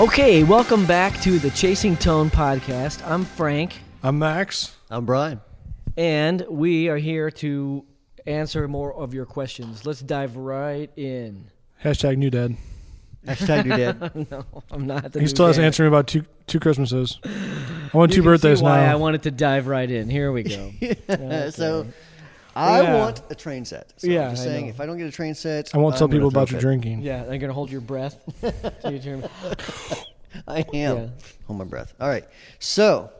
Okay, welcome back to the Chasing Tone podcast. I'm Frank, I'm Max. I'm Brian. and we are here to answer more of your questions. Let's dive right in. Hashtag new dad. Hashtag you did. No, I'm not. The He new still hasn't dad. answered me about two two Christmases. I want You can see two birthdays why I now. wanted to dive right in. Here we go. So I Yeah. want a train set. So Yeah, I'm just I saying, know. if I don't get a train set, I won't tell I'm gonna people about throw your a drinking. yeah, I'm gonna hold your breath. till you turn- fit. I am. Yeah. Hold my breath. All right. So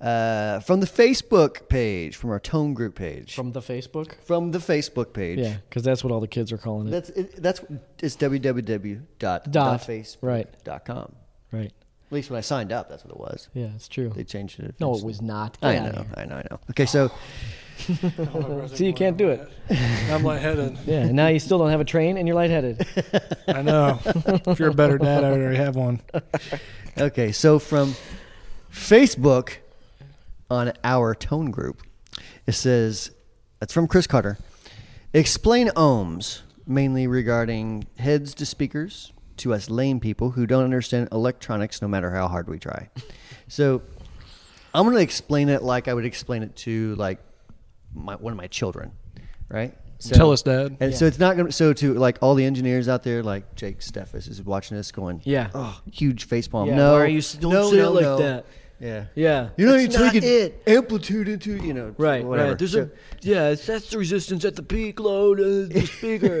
uh, from the Facebook page, from our tone group page, from, From the Facebook. the Facebook page. Yeah, because that's what all the kids are calling it. That's it, that's it's Dot, www.facebook.com. right. At right. least when I signed up, that's what it was. Yeah, it's true. They changed it. No, it eventually. was not. I Get outta know, here. I know, I know. Okay, so See, you can't do it. I'm lightheaded. Yeah, and now you still don't have a train, and you're lightheaded. I know. If you're a better dad, I already have one. Okay, so from Facebook on our tone group, it says that's from Chris Carter. Explain ohms mainly regarding heads to speakers to us lame people who don't understand electronics no matter how hard we try. So I'm going to explain it like I would explain it to like my, one of my children, right? So- Tell us, Dad. And so it's not going to, so to like all the engineers out there, like Jake Steffes is watching this going, Yeah. oh, huge face palm. Yeah, no, why are you s- don't say it like that? Yeah. Yeah. You know, That's you not take it. amplitude into, you know, Right, whatever. right. There's So- a yeah, it's, that's the resistance at the peak load of the speaker.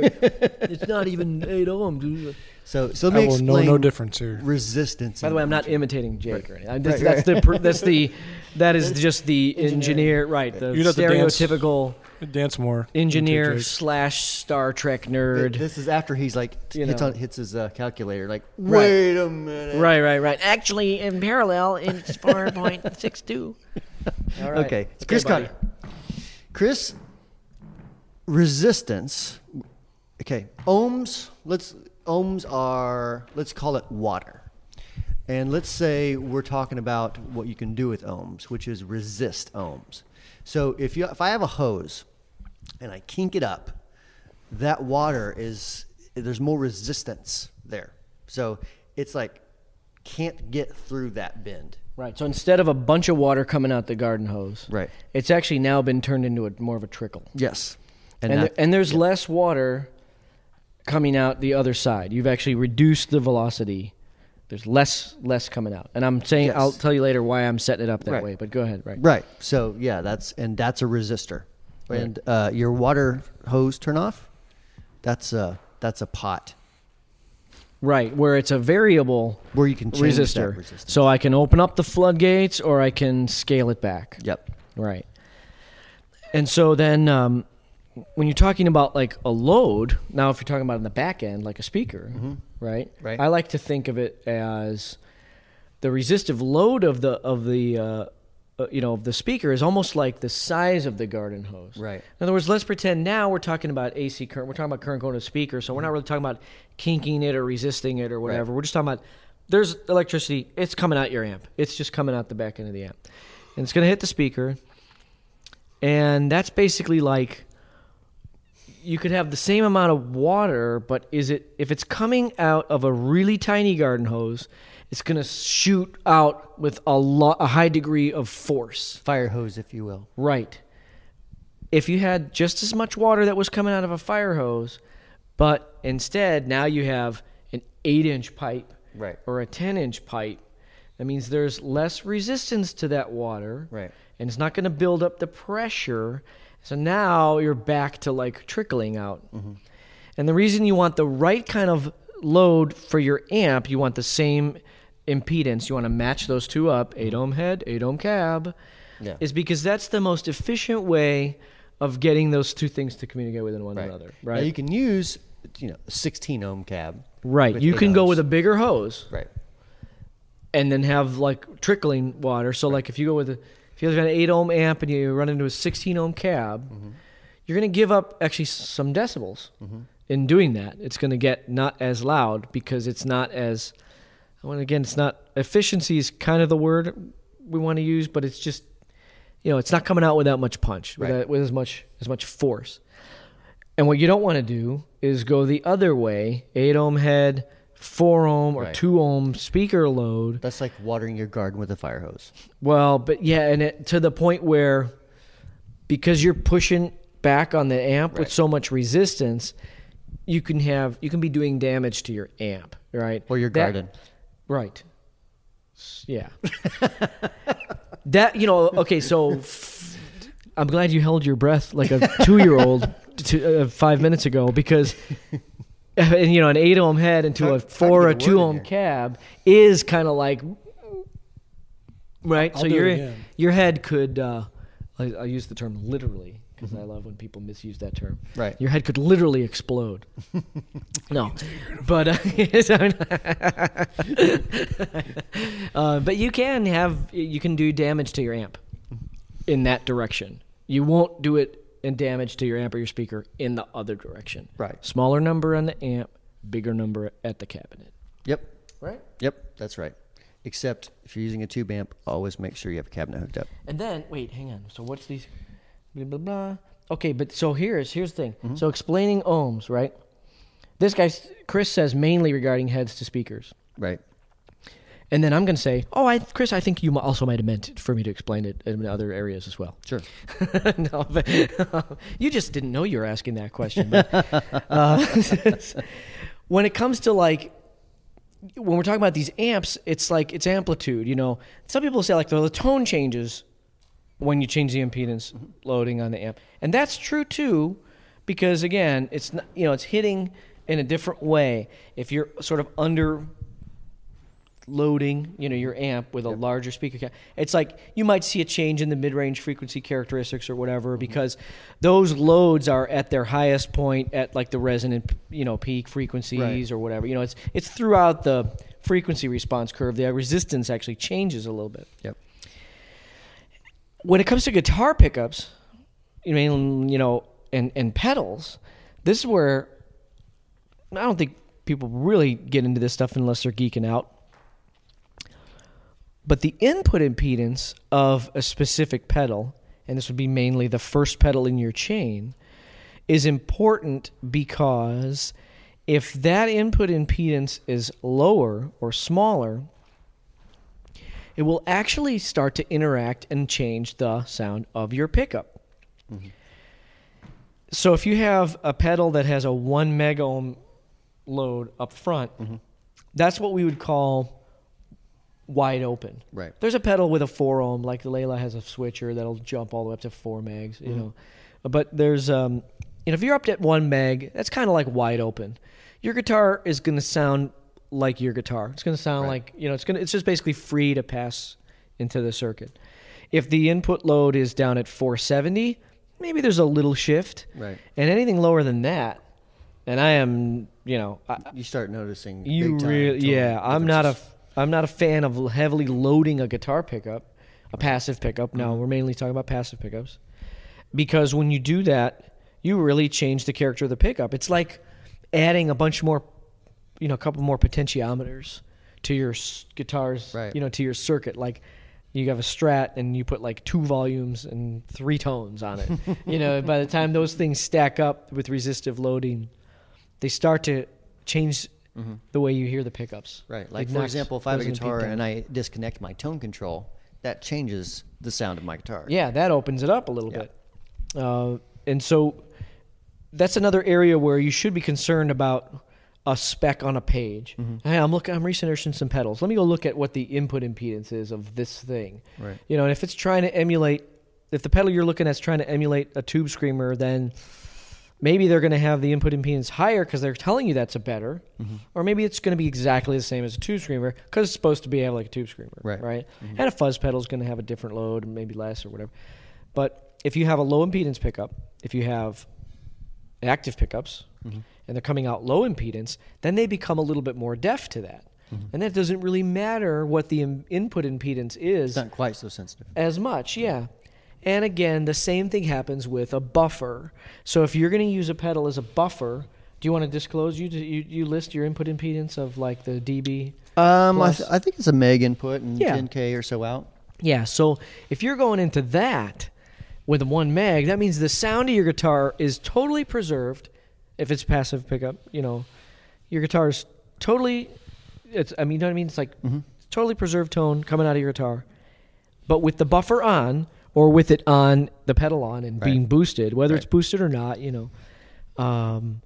it's not even eight ohms. so, so let I me will know explain no difference here. resistance. By the and- way, I'm not imitating Jake or anything. I'm just- Right, right. that's the per- that's the that is just the engineer, right? The You'd have to dance. stereotypical Dance more. engineer Into Jake's. slash Star Trek Th- nerd. This is after he's like, You hits, know. on, hits his uh, calculator, like, Right. wait a minute. Right, right, right. Actually, in parallel, it's four point six two. Okay. It's Chris Carter. Chris, resistance. Okay, ohms. Let's ohms are let's call it water, and let's say we're talking about what you can do with ohms, which is resist ohms. So if you if I have a hose, and I kink it up, that water is there's more resistance there. So it's like can't get through that bend. Right. So instead of a bunch of water coming out the garden hose, Right. it's actually now been turned into a more of a trickle. Yes. And that- there- and there's less water coming out the other side. You've actually reduced the velocity. There's less less coming out. And I'm saying Yes. I'll tell you later why I'm setting it up that Right. way, but go ahead, right. Right. So yeah, that's and that's a resistor. And uh, your water hose turn off. That's a that's a pot Right, where it's a variable where you can change that resistor. resistance. So I can open up the floodgates or I can scale it back. Yep. Right. And so then um, when you're talking about like a load, now if you're talking about in the back end, like a speaker, right? Right. I like to think of it as the resistive load of the of the uh, uh, you know of the speaker is almost like the size of the garden hose. Right. In other words, let's pretend now we're talking about AC current. We're talking about current going to the speaker, so we're not really talking about kinking it or resisting it or whatever. We're just talking about there's electricity. It's coming out your amp. It's just coming out the back end of the amp, and it's going to hit the speaker. And that's basically like you could have the same amount of water, but is it if it's coming out of a really tiny garden hose, it's going to shoot out with a lo- a high degree of force. Fire hose, if you will. Right. If you had just as much water that was coming out of a fire hose, but instead now you have an eight inch pipe Right. or a 10 inch pipe, that means there's less resistance to that water. Right. And it's not going to build up the pressure. So now you're back to like trickling out. Mm-hmm. And the reason you want the right kind of load for your amp, you want the same impedance. You want to match those two up 8 ohm head, 8 ohm cab Mm-hmm. Yeah. is because that's the most efficient way of getting those two things to communicate with one another. Now, Right. you can use you know a 16 ohm cab. right. with You eight can go ohms. with a bigger hose right. and then have like trickling water. So like if you go with a if you have an eight ohm amp and you run into a sixteen ohm cab, Mm-hmm. you're gonna give up actually s- some decibels in doing that. It's gonna get not as loud because it's not as well again it's not efficiency is kind of the word we want to use, but it's just you know, it's not coming out with that much punch, with, Right. that, with as much as much force. And what you don't want to do is go the other way, eight ohm head, four ohm or Right. two ohm speaker load. That's like watering your garden with a fire hose. Well, but yeah, and it, to the point where because you're pushing back on the amp with Right. so much resistance, you can have you can be doing damage to your amp, right? Or your That- garden. Right. S- Yeah. that you know, okay, so f- I'm glad you held your breath like a 2-year-old to, uh, 5 minutes ago because and you know, an 8 ohm head into Talk- a talk to 4 or the 2 word in ohm here. cab is kind of like right? I'll so do it your again. your head could uh, I, I use the term literally because I love when people misuse that term. Right. Your head could literally explode. no, but uh, uh, but you can have you can do damage to your amp in that direction. You won't do it in damage to your amp or your speaker in the other direction. Right. Smaller number on the amp, bigger number at the cabinet. Yep. Right. Yep. That's right. Except if you're using a tube amp, always make sure you have a cabinet hooked up. And then wait, hang on. So what's these? Blah blah blah. Okay, but so here's here's the thing. So explaining ohms, right? This guy s- Chris says mainly regarding heads to speakers, Right. and then I'm gonna say, oh, I Chris, I think you mi- also might have meant it for me to explain it in other areas as well. Sure. no, but, you just didn't know you were asking that question. But, uh, when it comes to like when we're talking about these amps, it's like it's amplitude. You know, some people say like the, the tone changes when you change the impedance loading on the amp, and that's true too, because again, it's not, you know it's hitting in a different way if you're sort of under loading you know your amp with a larger speaker ca- it's like you might see a change in the mid-range frequency characteristics or whatever because those loads are at their highest point at like the resonant you know peak frequencies or whatever you know it's it's throughout the frequency response curve the resistance actually changes a little bit Yep. when it comes to guitar pickups, you mean you know, and and pedals, this is where I don't think people really get into this stuff unless they're geeking out. But the input impedance of a specific pedal, and this would be mainly the first pedal in your chain, is important because if that input impedance is lower or smaller, it will actually start to interact and change the sound of your pickup. So if you have a pedal that has a one mega ohm load up front, that's what we would call wide open. Right. There's a pedal with a four ohm, like the Layla has a switcher that'll jump all the way up to four megs, you know. But there's, um, you know, if you're up at one meg, that's kind of like wide open. Your guitar is going to sound like your guitar. It's going to sound like, you know, it's going to, it's just basically free to pass into the circuit. If the input load is down at 470, maybe there's a little shift. Right. And anything lower than that, and I am, you know, I, You start noticing. you big time really, tone yeah. I'm not a, differences. f- I'm not a fan of heavily loading a guitar pickup, a passive pickup. Mm-hmm. No, we're mainly talking about passive pickups, because when you do that, you really change the character of the pickup. It's like adding a bunch more, you know, a couple more potentiometers to your s- guitars, Right. you know, to your circuit. Like you have a Strat and you put like two volumes and three tones on it. you know, by the time those things stack up with resistive loading, they start to change the way you hear the pickups. Mm-hmm. Right. It Like, for knocks- example, if I have a goes in peak guitar down. and I disconnect my tone control, that changes the sound of my guitar. Yeah, that opens it up a little Yeah. bit. Uh, and so that's another area where you should be concerned about a spec on a page. Mm-hmm. Hey, I'm looking. I'm researching some pedals. Let me go look at what the input impedance is of this thing. Right. You know, and if it's trying to emulate, if the pedal you're looking at is trying to emulate a tube screamer, then maybe they're going to have the input impedance higher because they're telling you that's a better, Mm-hmm. or maybe it's going to be exactly the same as a tube screamer because it's supposed to be have like a tube screamer, Right. Mm-hmm. Right. And a fuzz pedal is going to have a different load, maybe less or whatever. But if you have a low impedance pickup, if you have active pickups, Mm-hmm. and they're coming out low impedance, then they become a little bit more deaf to that. Mm-hmm. And that doesn't really matter what the im- input impedance is It's not quite so sensitive. as much, yeah. And again, the same thing happens with a buffer. So if you're going to use a pedal as a buffer, do you want to disclose? You, you you list your input impedance of like the dB. Um, I, th- Plus- I think it's a meg input and Yeah. 10k or so out. Yeah. So if you're going into that with one meg, that means the sound of your guitar is totally preserved. If it's passive pickup, you know, your guitar is totally. It's I mean, you know what I mean. It's like totally preserved tone coming out of your guitar, but with the buffer on or with it on the pedal on and Right. being boosted, whether it's Right. boosted or not, you know, um,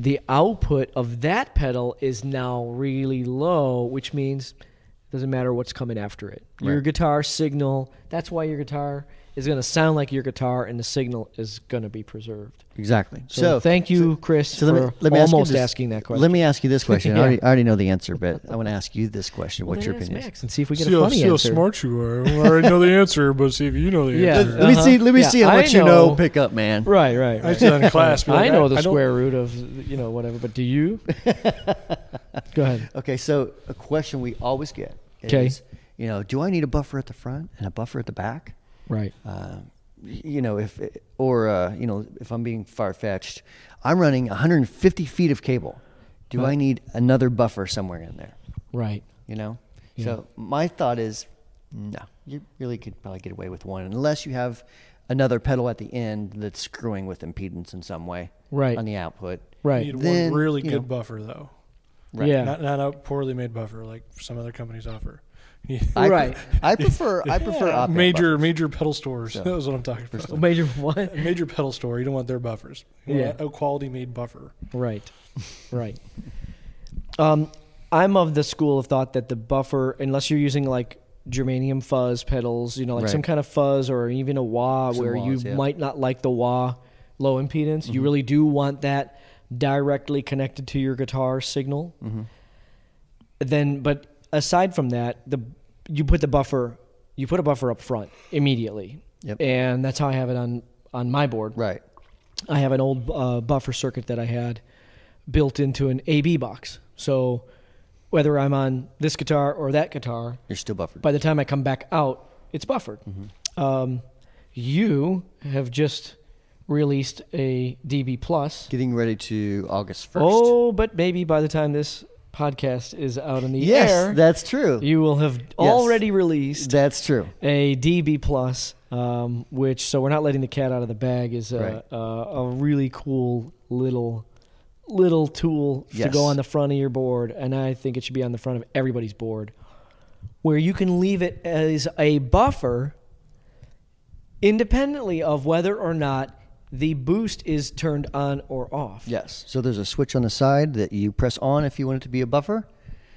the output of that pedal is now really low, which means it doesn't matter what's coming after it. Your Right. guitar signal. That's why your guitar is going to sound like your guitar, and the signal is going to be preserved. Exactly. So, So, thank you, Chris, so let me, for let me ask you almost this- asking that question. Let me ask you this question. Yeah. I, already, I already know the answer, but I want to ask you this question. Well, What's then your ask opinion? Max and see if we get see a how, funny see how answer. smart you are. I already know the answer, but see if you know the Yeah. answer. Let me Uh-huh. see. Let me Yeah, see how I much you know. know. Pick up, man. Right, right. I right. sit in class. be I like, know the don't- square root of you know whatever, but do you? Go ahead. Uh, Okay, so a question we always get 'Kay. is, you know, do I need a buffer at the front and a buffer at the back? Right. Uh, y- you know, if or uh, you know, if I'm being far fetched, I'm running 150 feet of cable. Do I Right. need another buffer somewhere in there? Right. You know. Yeah. So my thought is, no, you really could probably get away with one unless you have another pedal at the end that's screwing with impedance in some way Right. on the output. You Right. need Then, one really you good know. buffer though. Right. Yeah. Not not a poorly made buffer like some other companies offer. You need- I pre- Right. I prefer I prefer Yeah. op-amp major buffers. major pedal stores. So, That was what I'm talking about. Major what? A major pedal store. You don't want their buffers. You want Yeah. a quality made buffer. Right. Right. Um, I'm of the school of thought that the buffer, unless you're using like germanium fuzz pedals, you know, like Right. some kind of fuzz or even a wah Some where wahs, you yeah. Mm-hmm. might not like the wah low impedance, you really do want that directly connected to your guitar signal. Mm-hmm. Then, but aside from that, the you put the buffer, you put a buffer up front immediately, Yep. and that's how I have it on on my board. Right. I have an old uh, buffer circuit that I had built into an AB box. So whether I'm on this guitar or that guitar, You're still buffered. by the time I come back out, it's buffered. Um, you have just released a DB plus. Getting ready to August 1st. Oh, but maybe by the time this podcast is out in the yes, air, that's true. you will have already released that's true. a DB plus, um, which so we're not letting the cat out of the bag is a, Right. a, a really cool little little tool to Yes. go on the front of your board, and I think it should be on the front of everybody's board, where you can leave it as a buffer, independently of whether or not the boost is turned on or off. Yes. So there's a switch on the side that you press on if you want it to be a buffer.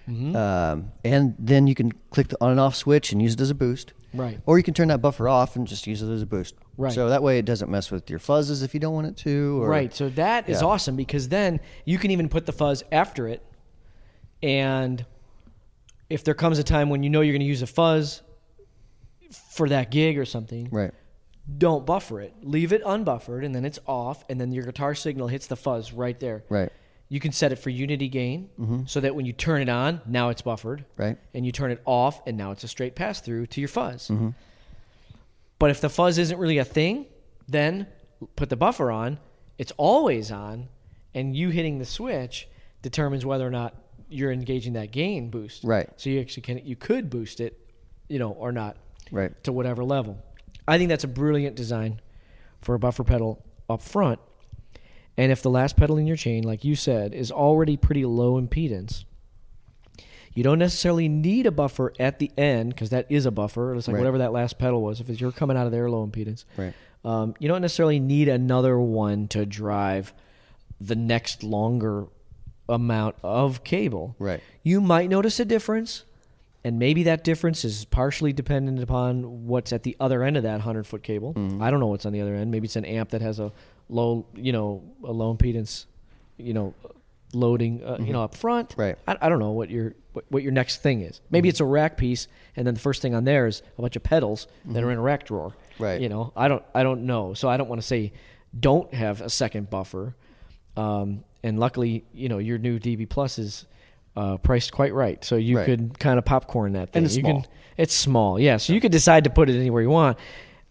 Mm-hmm. Um, and then you can click the on and off switch and use it as a boost. Right. Or you can turn that buffer off and just use it as a boost. Right. So that way it doesn't mess with your fuzzes if you don't want it to. Or, right. So that is Yeah. awesome because then you can even put the fuzz after it. And if there comes a time when you know you're going to use a fuzz for that gig or something, Right. don't buffer it. Leave it unbuffered and then it's off and then your guitar signal hits the fuzz right there. Right. Mm-hmm. You can set it for unity gain so that when you turn it on, now it's buffered. Right. Mm-hmm. And you turn it off and now it's a straight pass through to your fuzz. But if the fuzz isn't really a thing, then put the buffer on. It's always on, and you hitting the switch determines whether or not you're engaging that gain boost. Right. So you actually can you could boost it, you know, or not Right. to whatever level. I think that's a brilliant design for a buffer pedal up front. And if the last pedal in your chain, like you said, is already pretty low impedance, you don't necessarily need a buffer at the end because that is a buffer. It's like Right. whatever that last pedal was. If it's, you're coming out of there low impedance, Right. um, you don't necessarily need another one to drive the next longer amount of cable. Right. You might notice a difference, and maybe that difference is partially dependent upon what's at the other end of that hundred foot cable. Mm-hmm. I don't know what's on the other end. Maybe it's an amp that has a low, you know, a low impedance, you know, loading, uh, you know, up front. Mm-hmm. Right. Mm-hmm. I, I don't know what your what, what your next thing is. Maybe it's a rack piece, and then the first thing on there is a bunch of pedals that are in a rack drawer. Mm-hmm. Right. You know, I don't I don't know, so I don't want to say don't have a second buffer. Um, and luckily, you know, your new DB Plus is uh, priced quite right, so you Right. could kind of popcorn that thing. it's you small. Can, it's small, yeah. So you could decide to put it anywhere you want.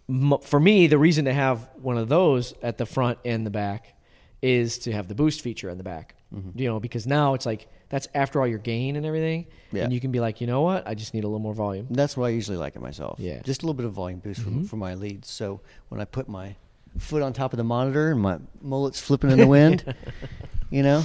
M- For me, the reason to have one of those at the front and the back is to have the boost feature in the back. Mm-hmm. You know, because now it's like that's after all your gain and everything, Yeah. and you can be like, you know what, I just need a little more volume. That's what I usually like it myself. Yeah. Mm-hmm. Just a little bit of volume boost for, for my leads. So when I put my foot on top of the monitor and my mullet's flipping in the wind, you know,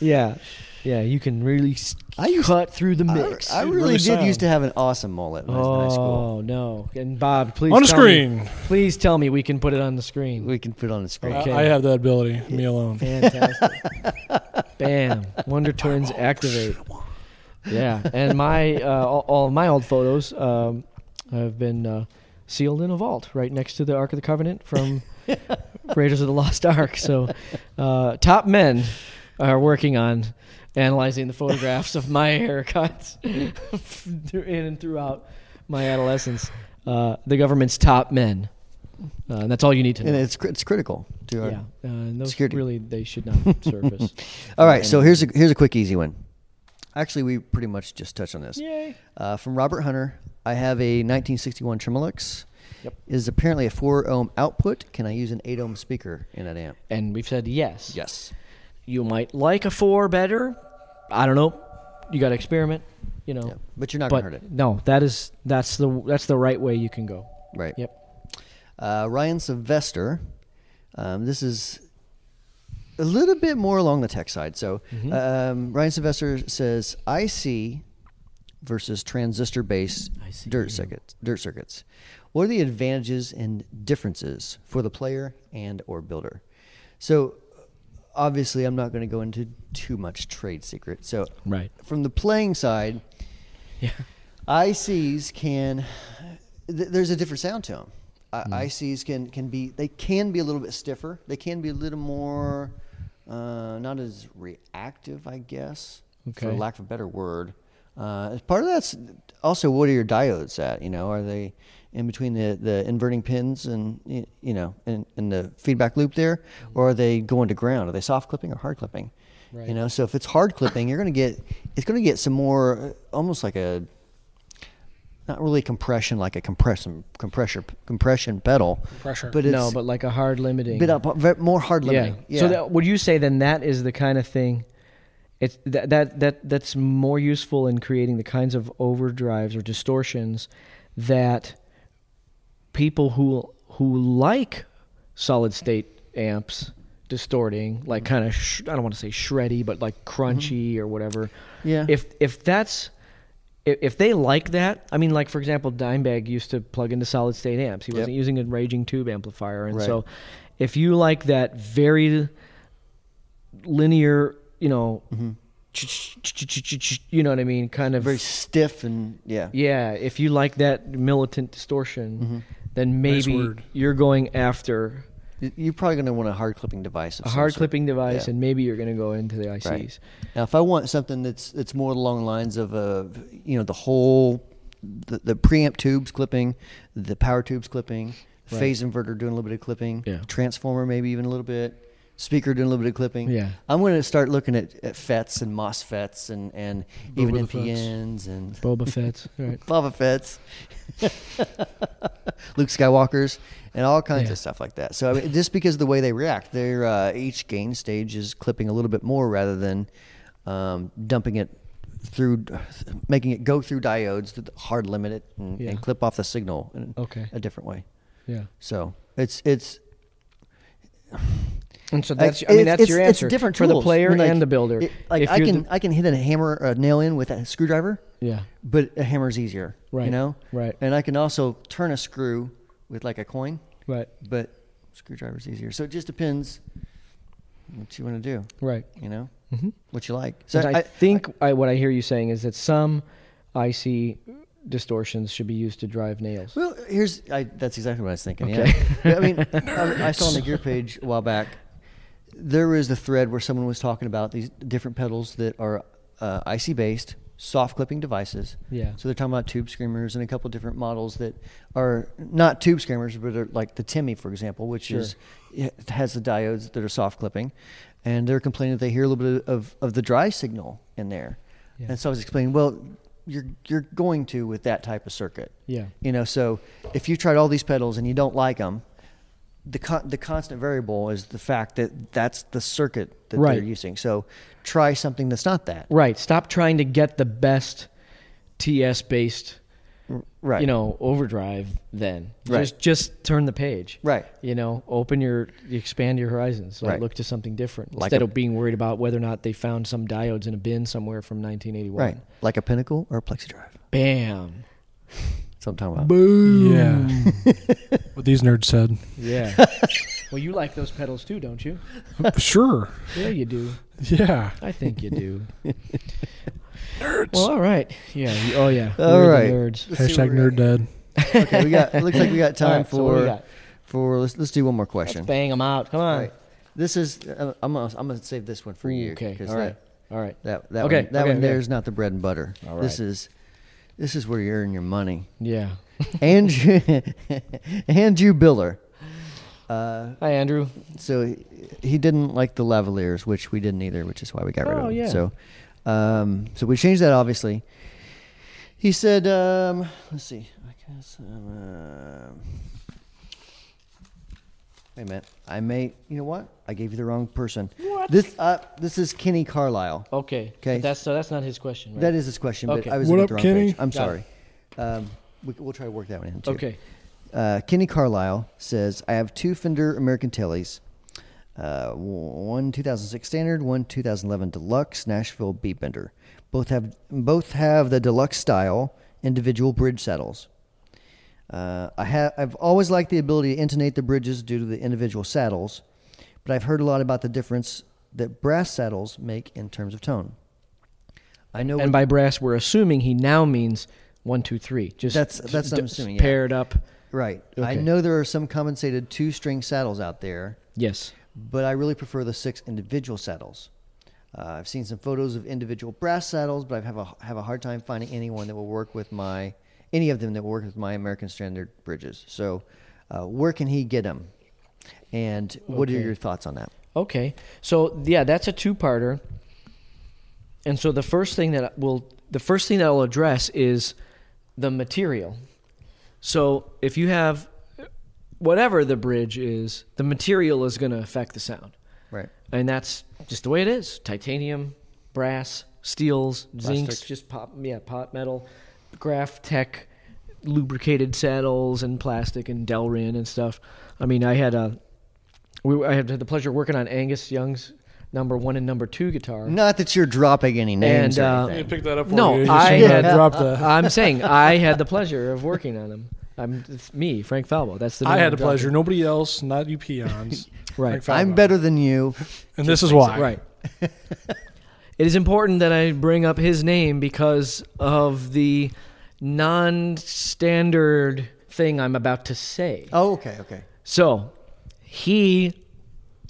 Yeah, Yeah, you can really s- I used- cut through the I, mix. I It really, really did sound. used to have an awesome mullet when I was in high school. Oh no! And Bob, please On the tell me- screen. please tell me we can put it on the screen. We can put it on the screen. Okay. I, I have that ability. Me alone. Fantastic! Bam! Wonder Twins activate. Yeah, and my uh, all, all of my old photos um, have been uh, sealed in a vault right next to the Ark of the Covenant from Raiders of the Lost Ark. So, uh, top men are working on analyzing the photographs of my haircuts in and throughout my adolescence. Uh, the government's top men, uh, and that's all you need to know. And it's cri- it's critical to our. Yeah, uh, and those Security. really they should not surface. All right, so here's a here's a quick easy one. Actually, we pretty much just touched on this. Yay. Uh, from Robert Hunter, I have a 1961 Tremolux. Yep. It is apparently a four ohm output. Can I use an eight ohm speaker in that amp? And we've said yes. Yes. You might like a four better. I don't know. You got to experiment. You know. Yeah, but you're not But gonna hurt it, no, that is that's the that's the right way you can go. right? Yep. Uh, Ryan Sylvester. Um, this is a little bit more along the tech side. So Mm-hmm. um, Ryan Sylvester says IC versus transistor based I see dirt circuits. Dirt circuits. What are the advantages and differences for the player and or builder? So obviously, I'm not going to go into too much trade secret. So Right. from the playing side, Yeah. ICs can. Th- there's a different sound to them. I- Mm-hmm. ICs can can be they can be a little bit stiffer. They can be a little more uh, not as reactive, I guess, for Okay. lack of a better word. Uh, as part of that's also what are your diodes at? You know, are they in between the, the inverting pins and y- you know in, in the feedback loop there, or are they going to ground? Are they soft clipping or hard clipping? Mm-hmm. Right. You know, so if it's hard clipping, you're going to get it's going to get some more uh, almost like a not really compression like a compression compressor compression pedal Pressure. but it's uh, no, but like a hard limiting. bit up ve- more hard yeah. limiting yeah, So that, would you say then that is the kind of thing? It's that, that that that's more useful in creating the kinds of overdrives or distortions that people who who like solid state amps distorting, like Mm-hmm. kind of sh- I don't want to say shreddy, but like crunchy or whatever. Yeah. If if that's if, if they like that, I mean, like for example, Dimebag used to plug into solid state amps. He Yep. wasn't using a raging tube amplifier, and Right. so if you like that very linear, you know, you know what I mean, kind of Mm-hmm. very stiff and yeah yeah, if you like that militant distortion, Mm-hmm. then Nice maybe word. you're going after Y- you're probably going to want a hard clipping device of a some hard sort. clipping device, Yeah. and maybe you're going to go into the ICs. Right. Now, if I want something that's that's more along the lines of a, you know, the whole, the, the preamp tubes clipping, the power tubes clipping, Right. phase inverter doing a little bit of clipping, Yeah. transformer maybe even a little bit, speaker doing a little bit of clipping. Yeah. I'm going to start looking at, at FETs and MOSFETs and and even Boba Fetts. NPNs and Boba Fett's, right? Boba Fett's, Luke Skywalker's, and all kinds Yeah. of stuff like that. So I mean, just because of the way they react, their uh, each gain stage is clipping a little bit more rather than um, dumping it through, making it go through diodes, th- hard limit it, and, Yeah. Oh. and clip off the signal in Okay, a different way. yeah. So it's it's And so that's, I mean, it's- that's it's- your it's answer different for the tools. player I mean, like, and the builder. it- like If I you're can the- I can hit a hammer a nail in with a screwdriver yeah, but a hammer's easier. Right, You know? right. And I can also turn a screw with like a coin, right, but screwdriver's easier. So it just depends what you want to do, right. you know? Mhm. What you like. So And I, think I, what I hear you saying is that some IC distortions should be used to drive nails. Well, here's I, that's exactly what I was thinking. Okay. Yeah, I mean, I, I saw on the gear page a while back there was a thread where someone was talking about these different pedals that are uh, IC based, soft clipping devices. Yeah. So they're talking about tube screamers and a couple different models that are not tube screamers, but are like the Timmy, for example, which Sure. is it has the diodes that are soft clipping, and they're complaining that they hear a little bit of of the dry signal in there. Yeah. And so I was explaining, well, you're you're going to with that type of circuit. Yeah. You know, so if you tried all these pedals and you don't like them, the con- the constant variable is the fact that that's the circuit that Right. they're using. So try something that's not that. Right. Stop trying to get the best TS based Right. you know, overdrive then. Right. Just just turn the page. Right. You know, open your expand your horizons. Like Right. look to something different Like instead a- of being worried about whether or not they found some diodes in a bin somewhere from 1981. Right. Like a pinnacle or a plexi drive. Bam. That's what I'm talking about. Yeah. what these nerds said. Yeah. well, you like those pedals too, don't you? sure. Yeah, you do. Yeah. I think you do. nerds. Well, all right. Yeah. you- oh, yeah. All We're the right. nerds. Let's see Hashtag what nerd dad. we got. Okay, we got. It looks like we got All time right, so what do for we got? for let's let's do one more question. Let's bang them out. Come on. All right. This is uh, I'm gonna, I'm gonna save this one for you. Okay. 'cause All right. All right. That that, that Okay, one, that okay, one okay. there's not the bread and butter. All This right. is this is where you earn your money. Yeah. Andrew Andrew Biller. Uh, Hi, Andrew. so he- he didn't like the lavaliers, which we didn't either, which is why we got rid of Oh, them. yeah. So, um, so we changed that obviously. He said, um, "Let's see. I guess um, uh, wait a minute. I may. You know what? I gave you the wrong person. What? This uh, this is Kenny Carlisle. Okay. Okay. But That's so. That's not his question. Right? That is his question, but Oh, Okay. I was What looking at up, the wrong Kenny? page. I'm Got sorry. it. Um, we, we'll try to work that one in too. Okay. Uh, Kenny Carlisle says, I have two Fender American Tellies, uh, one 2006 standard, one 2011 deluxe Nashville Beat Bender. Both have both have the deluxe style individual bridge saddles. Uh, I have I've always liked the ability to intonate the bridges due to the individual saddles, but I've heard a lot about the difference that brass saddles make in terms of tone. I know And by brass, we're assuming he now means one, two, three. Just That's- that's what I'm d- assuming, yeah. Paired up. Right. I Okay. know there are some compensated two string saddles out there, Yes. but I really prefer the six individual saddles. Uh, I've seen some photos of individual brass saddles, but I have a have a hard time finding anyone that will work with my any of them that will work with my American Standard bridges. So, uh, where can he get them? And what are Okay. your thoughts on that? Okay. So yeah, that's a two-parter. And so the first thing that will the first thing that I'll address is the material. So if you have whatever the bridge is, the material is going to affect the sound. Right. And that's just the way it is. Titanium, brass, steels, zincs, Plastics. just pop yeah, pot metal, graph tech, lubricated saddles and plastic and Delrin and stuff. I mean, I had a we I had the pleasure of working on Angus Young's number 1 and number 2 guitar. Not that you're dropping any names And, or uh, anything. pick that up. No, I shouldn't had have dropped that. I'm saying I had the pleasure of working on him. I'm it's me, Frank Falbo. That's the I name had I the dropped pleasure. Nobody else, not you peons. it. Right. Frank I'm Falbo. better than you. And this is why. Right. it is important that I bring up his name because of the non standard thing I'm about to say. Oh, okay, okay. So, he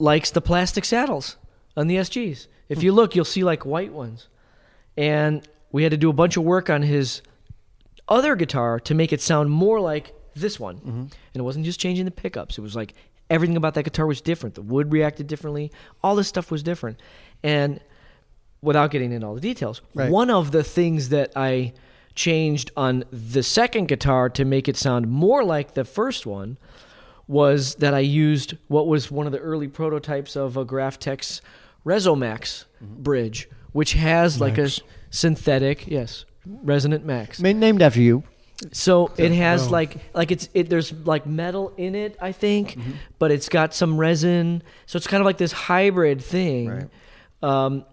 likes the plastic saddles on the SGs. If you look, you'll see like white ones. And we had to do a bunch of work on his other guitar to make it sound more like this one. And it wasn't just changing the pickups, it was like everything about that guitar was different. The wood reacted differently, all this stuff was different. And without getting into all the details, Right. one of the things that I changed on the second guitar to make it sound more like the first one was that I used what was one of the early prototypes of a Graftex Resomax bridge, which has like a Max. synthetic, yes, resonant max. Ma- Named after you. So it has Oh. like like it's it there's like metal in it, I think, but it's got some resin. So it's kind of like this hybrid thing. Right. Um,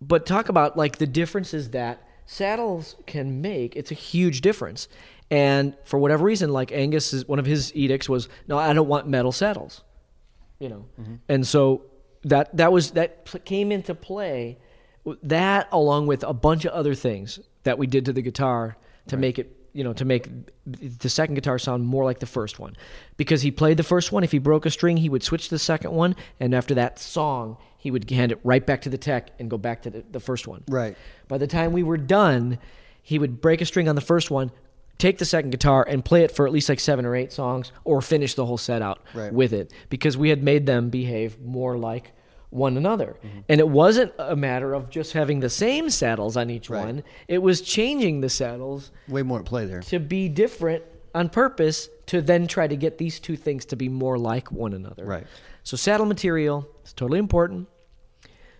but talk about like the differences that saddles can make. It's a huge difference. And for whatever reason, like Angus is one of his edicts was no, I don't want metal saddles. You know, and so that that was that pl- came into play. That along with a bunch of other things that we did to the guitar to make it you know to make the second guitar sound more like the first one because he played the first one if he broke a string he would switch to the second one and after that song he would hand it right back to the tech and go back to the, the first one Right. by the time we were done, he would break a string on the first one, take the second guitar, and play it for at least like seven or eight songs, or finish the whole set out Right. with it because we had made them behave more like one another. Mm-hmm. And it wasn't a matter of just having the same saddles on each Right. one, it was changing the saddles Way more at play there. to be different on purpose to then try to get these two things to be more like one another. Right. So saddle material is totally important.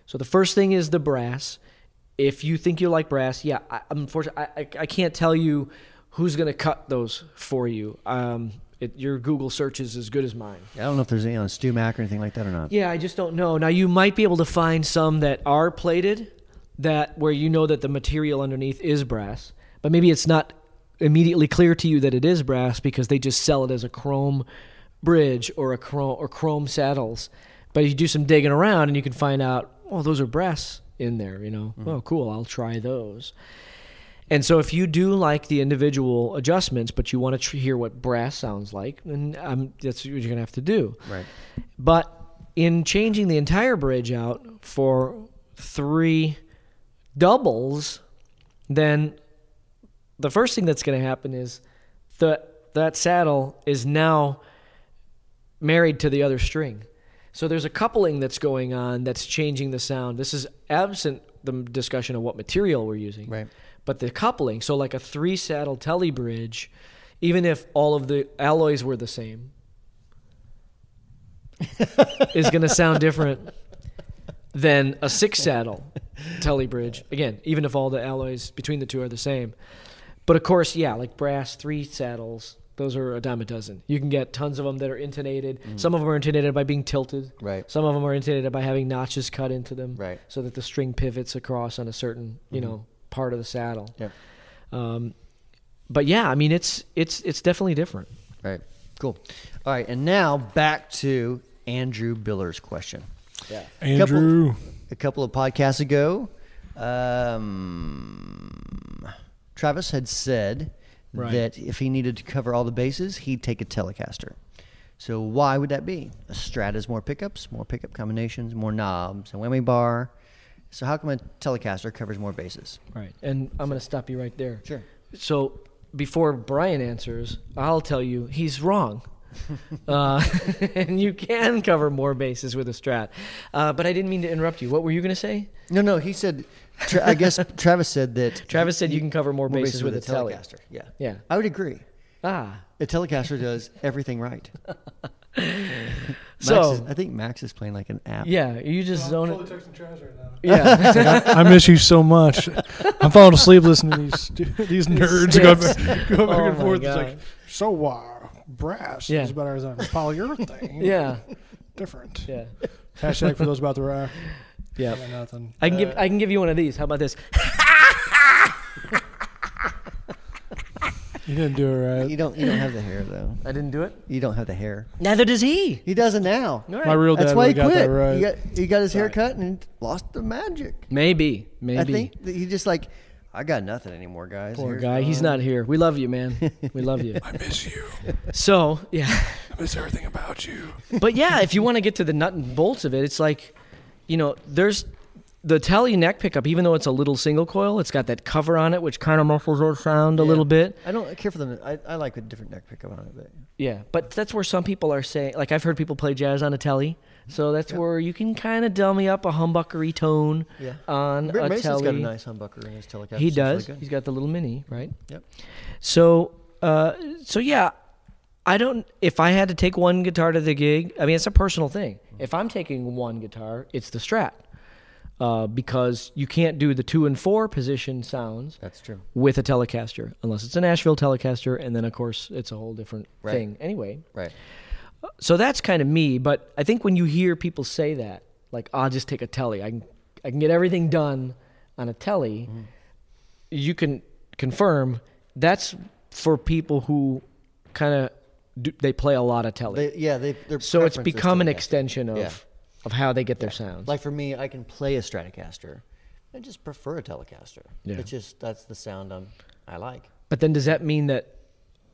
So the first thing is the brass. If you think you like brass, yeah, I, unfortunately, I, I, I can't tell you who's going to cut those for you? Um, it, your Google search is as good as mine. I don't know if there's any on Stu Mac or anything like that or not. Yeah, I just don't know. Now you might be able to find some that are plated, that where you know that the material underneath is brass, but maybe it's not immediately clear to you that it is brass because they just sell it as a chrome bridge or a chrome or chrome saddles. But you do some digging around and you can find out, oh, those are brass in there. You know, oh, cool, I'll try those. And so, if you do like the individual adjustments, but you want to tr- hear what brass sounds like, then um, that's what you're going to have to do. Right. But in changing the entire bridge out for three doubles, then the first thing that's going to happen is the that saddle is now married to the other string. So there's a coupling that's going on that's changing the sound. This is absent the discussion of what material we're using. Right. But the coupling, so like a three saddle telly bridge, even if all of the alloys were the same, is going to sound different than a six saddle telly bridge. Again, even if all the alloys between the two are the same. But of course, yeah, like brass three saddles, those are a dime a dozen. You can get tons of them that are intonated. Some of them are intonated by being tilted. Mm. Right. Some of them are intonated by having notches cut into them. Right. Mm-hmm. So that the string pivots across on a certain, you know, part of the saddle. Yep. Um, but yeah, I mean, it's it's it's definitely different. Right. Cool. All right. And now back to Andrew Biller's question. Yeah. Andrew. A couple of podcasts ago, um, Travis had said Right. that if he needed to cover all the bases, he'd take a Telecaster. So why would that be? A Strat is more pickups, more pickup combinations, more knobs, a whammy bar. So how come a Telecaster covers more bases? Right. And I'm going to stop you right there. Sure. So before Brian answers, I'll tell you he's wrong. uh, and you can cover more bases with a strat. Uh, but I didn't mean to interrupt you. What were you going to say? No, no. He said, tra- I guess Travis said that. Travis said you can cover more more bases with a telly. Telecaster. Yeah. Yeah. I would agree. Ah. A Telecaster does everything right. Max So- is- I think Max is playing like an app. Yeah. You just zone totally it. texting Travis right now. Yeah. I miss you so much. I'm falling asleep listening to these stu- these nerds go back, go back Oh and my forth. It's like God. so wow, brass Yeah. is better than polyurethane. yeah. different. Yeah. Hashtag for those about to rock. Yeah. I got nothing. I can give I can give you one of these. How about this? You didn't do it You right. don't. You don't have the hair though. I didn't do it. You don't have the hair. Neither does he. He doesn't now. All right. My real dad That's why he would've got that quit. right. He got he got his hair cut and lost the magic. Maybe. Maybe. I think that he just like I got nothing anymore, guys. Poor Here's guy. He's mine. not here. We love you, man. We love you. I miss you. So, yeah. I miss everything about you. but yeah, if you want to get to the nut and bolts of it, it's like, you know, there's the Tally neck pickup, even though it's a little single coil, it's got that cover on it, which kind of muffles our sound a Yeah. little bit. I don't care for them. I, I like a different neck pickup on it, but Yeah. But that's where some people are saying, like, I've heard people play jazz on a Tally. So that's where you can kind of dummy up a humbuckery tone yeah. on Britt a Mason's Tele. got a nice humbucker in his telecaster. he It's really does. good. He's got the little mini, right? Yep. So, uh, so yeah, I don't. If I had to take one guitar to the gig, I mean, it's a personal thing. If I'm taking one guitar, it's the Strat, uh, because you can't do the two and four position sounds That's true. with a Telecaster unless it's a Nashville Telecaster, and then of course it's a whole different Right. thing anyway. Right. So that's kind of me. But I think when you hear people say that, like, I'll just take a telly. I can, I can get everything done on a telly. You can confirm that's for people who kind of they play a lot of telly. They, yeah. They. their so it's preference is become an Telecaster. extension of Yeah. of how they get their sounds. Like for me, I can play a Stratocaster. I just prefer a Telecaster. Yeah. It's just that's the sound I'm, I like. but then does that mean that?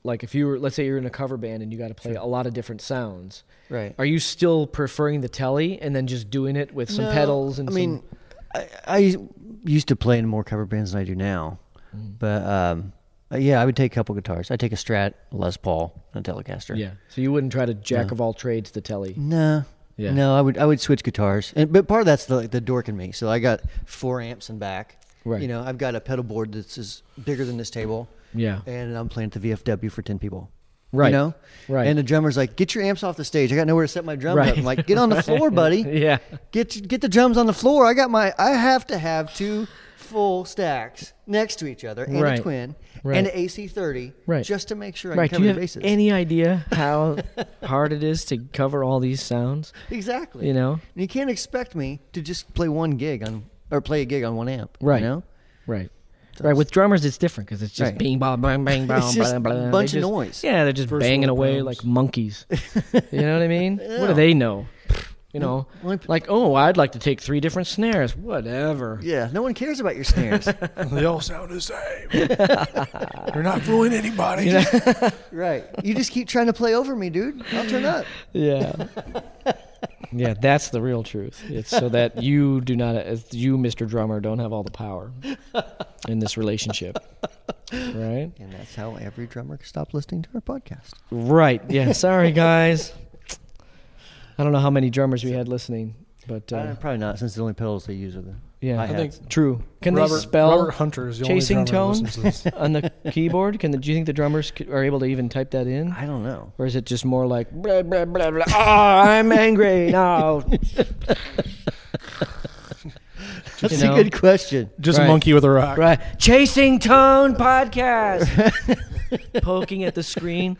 Like if you were, let's say you're in a cover band and you got to play a lot of different sounds, Right. Are you still preferring the telly and then just doing it with some No, pedals and I some? mean, I, I used to play in more cover bands than I do now, Mm. but um, uh, yeah, I would take a couple guitars. I would take a Strat, a Les Paul, and a Telecaster. yeah. So you wouldn't try to jack of all trades the telly. No. Yeah. No, I would I would switch guitars, and but part of that's the the dork in me. So I got four amps and back. Right. You know, I've got a pedal board that's is bigger than this table. Yeah. And I'm playing at the VFW for ten people. Right. You know. Right. And the drummer's like, "Get your amps off the stage. I got nowhere to set my drums Right. up." I'm like, "Get on the floor, buddy. Yeah. Get get the drums on the floor. I got my. I have to have two full stacks next to each other and Right. a twin Right. and an AC30 Right. just to make sure I Right? can Do cover you have the bases. any idea how hard it is to cover all these sounds? exactly. You know, And you can't expect me to just play one gig on or play a gig on one amp. Right. You know? right? Right. With drummers, it's different because it's just Right. bing, bong, bang, bang, bang, It's just blah, blah, blah. a They bunch of just- noise. Yeah, they're just First banging world away problems. like monkeys. you know what I mean? What Yeah. do they know? You know, only p- like oh, I'd like to take three different snares. Whatever. Yeah. No one cares about your snares. they all sound the same. You're not fooling anybody. right. You just keep trying to play over me, dude. I'll turn up. Yeah. yeah, that's the real truth. It's so that you do not, as you, Mr. Drummer, don't have all the power in this relationship. Right? And that's how every drummer stopped listening to our podcast. Right. Yeah. Sorry, guys. I don't know how many drummers we had listening, but Uh, uh, probably not, since the only pedals they use are the yeah, hi-hats. think- true. Can they Robert, spell Robert Hunter is the chasing only drummer tone? who listens to this. on the keyboard? Can the, do you think the drummers c- are able to even type that in? I don't know. Or is it just more like blah blah blah blah? Oh, I'm angry now. That's know? a good question. Just Right. a monkey with a rock. Right. Chasing Tone podcast. Poking at the screen.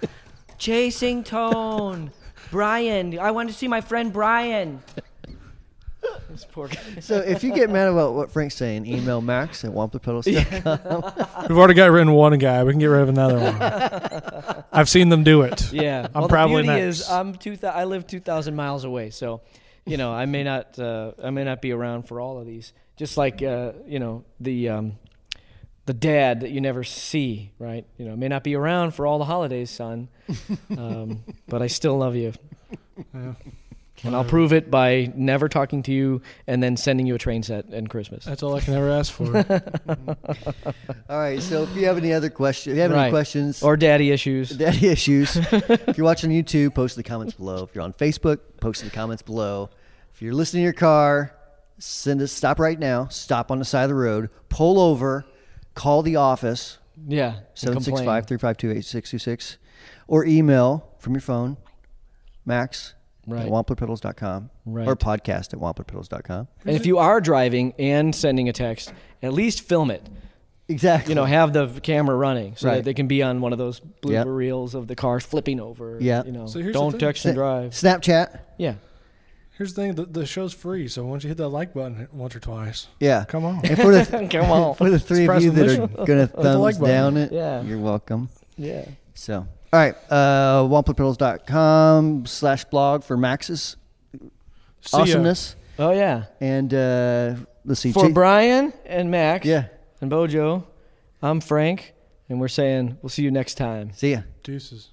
Chasing Tone. Brian. I want to see my friend Brian. This poor guy. So if you get mad about what Frank's saying, email max at wamplepedals.com. We've already got rid of one guy. We can get rid of another one. I've seen them do it. Yeah. I'm well, the probably beauty next. is I'm two thou- I live 2000 miles away, so you know, I may not uh, I may not be around for all of these. Just like uh, you know, the um, the dad that you never see, right? You know, may not be around for all the holidays, son. Um, but I still love you. Yeah. And I'll prove it by never talking to you and then sending you a train set and Christmas. That's all I can ever ask for. All right. So if you have any other questions, if you have Right. any questions Or daddy issues. daddy issues, if you're watching YouTube, post in the comments below. If you're on Facebook, post in the comments below. If you're listening in your car, send us stop right now. Stop on the side of the road. Pull over. Call the office Yeah. and complain. 765 352 8626 or email from your phone max Right. at wamplerpedals.com Right. or podcast at wamplerpedals.com. And if you are driving and sending a text, at least film it. Exactly. you know, have the camera running so that Right. they can be on one of those blooper Yep. reels of the car flipping over. Yeah. You know, So here's the don't thing. text Sa- and drive. Snapchat. Yeah. Here's the thing: the, the show's free, so once you hit that like button hit once or twice, Yeah. come on. And for the, Come on. for the three of Surprise you that are submission. going to the thumbs like button. down it, Yeah. you're welcome. Yeah. So, all right. Uh, wamplerpedals.com slash blog for Max's See ya. awesomeness. Oh, yeah. And uh, let's see. For J- Brian and Max yeah. and Bojo, I'm Frank, and we're saying we'll see you next time. See ya. Deuces.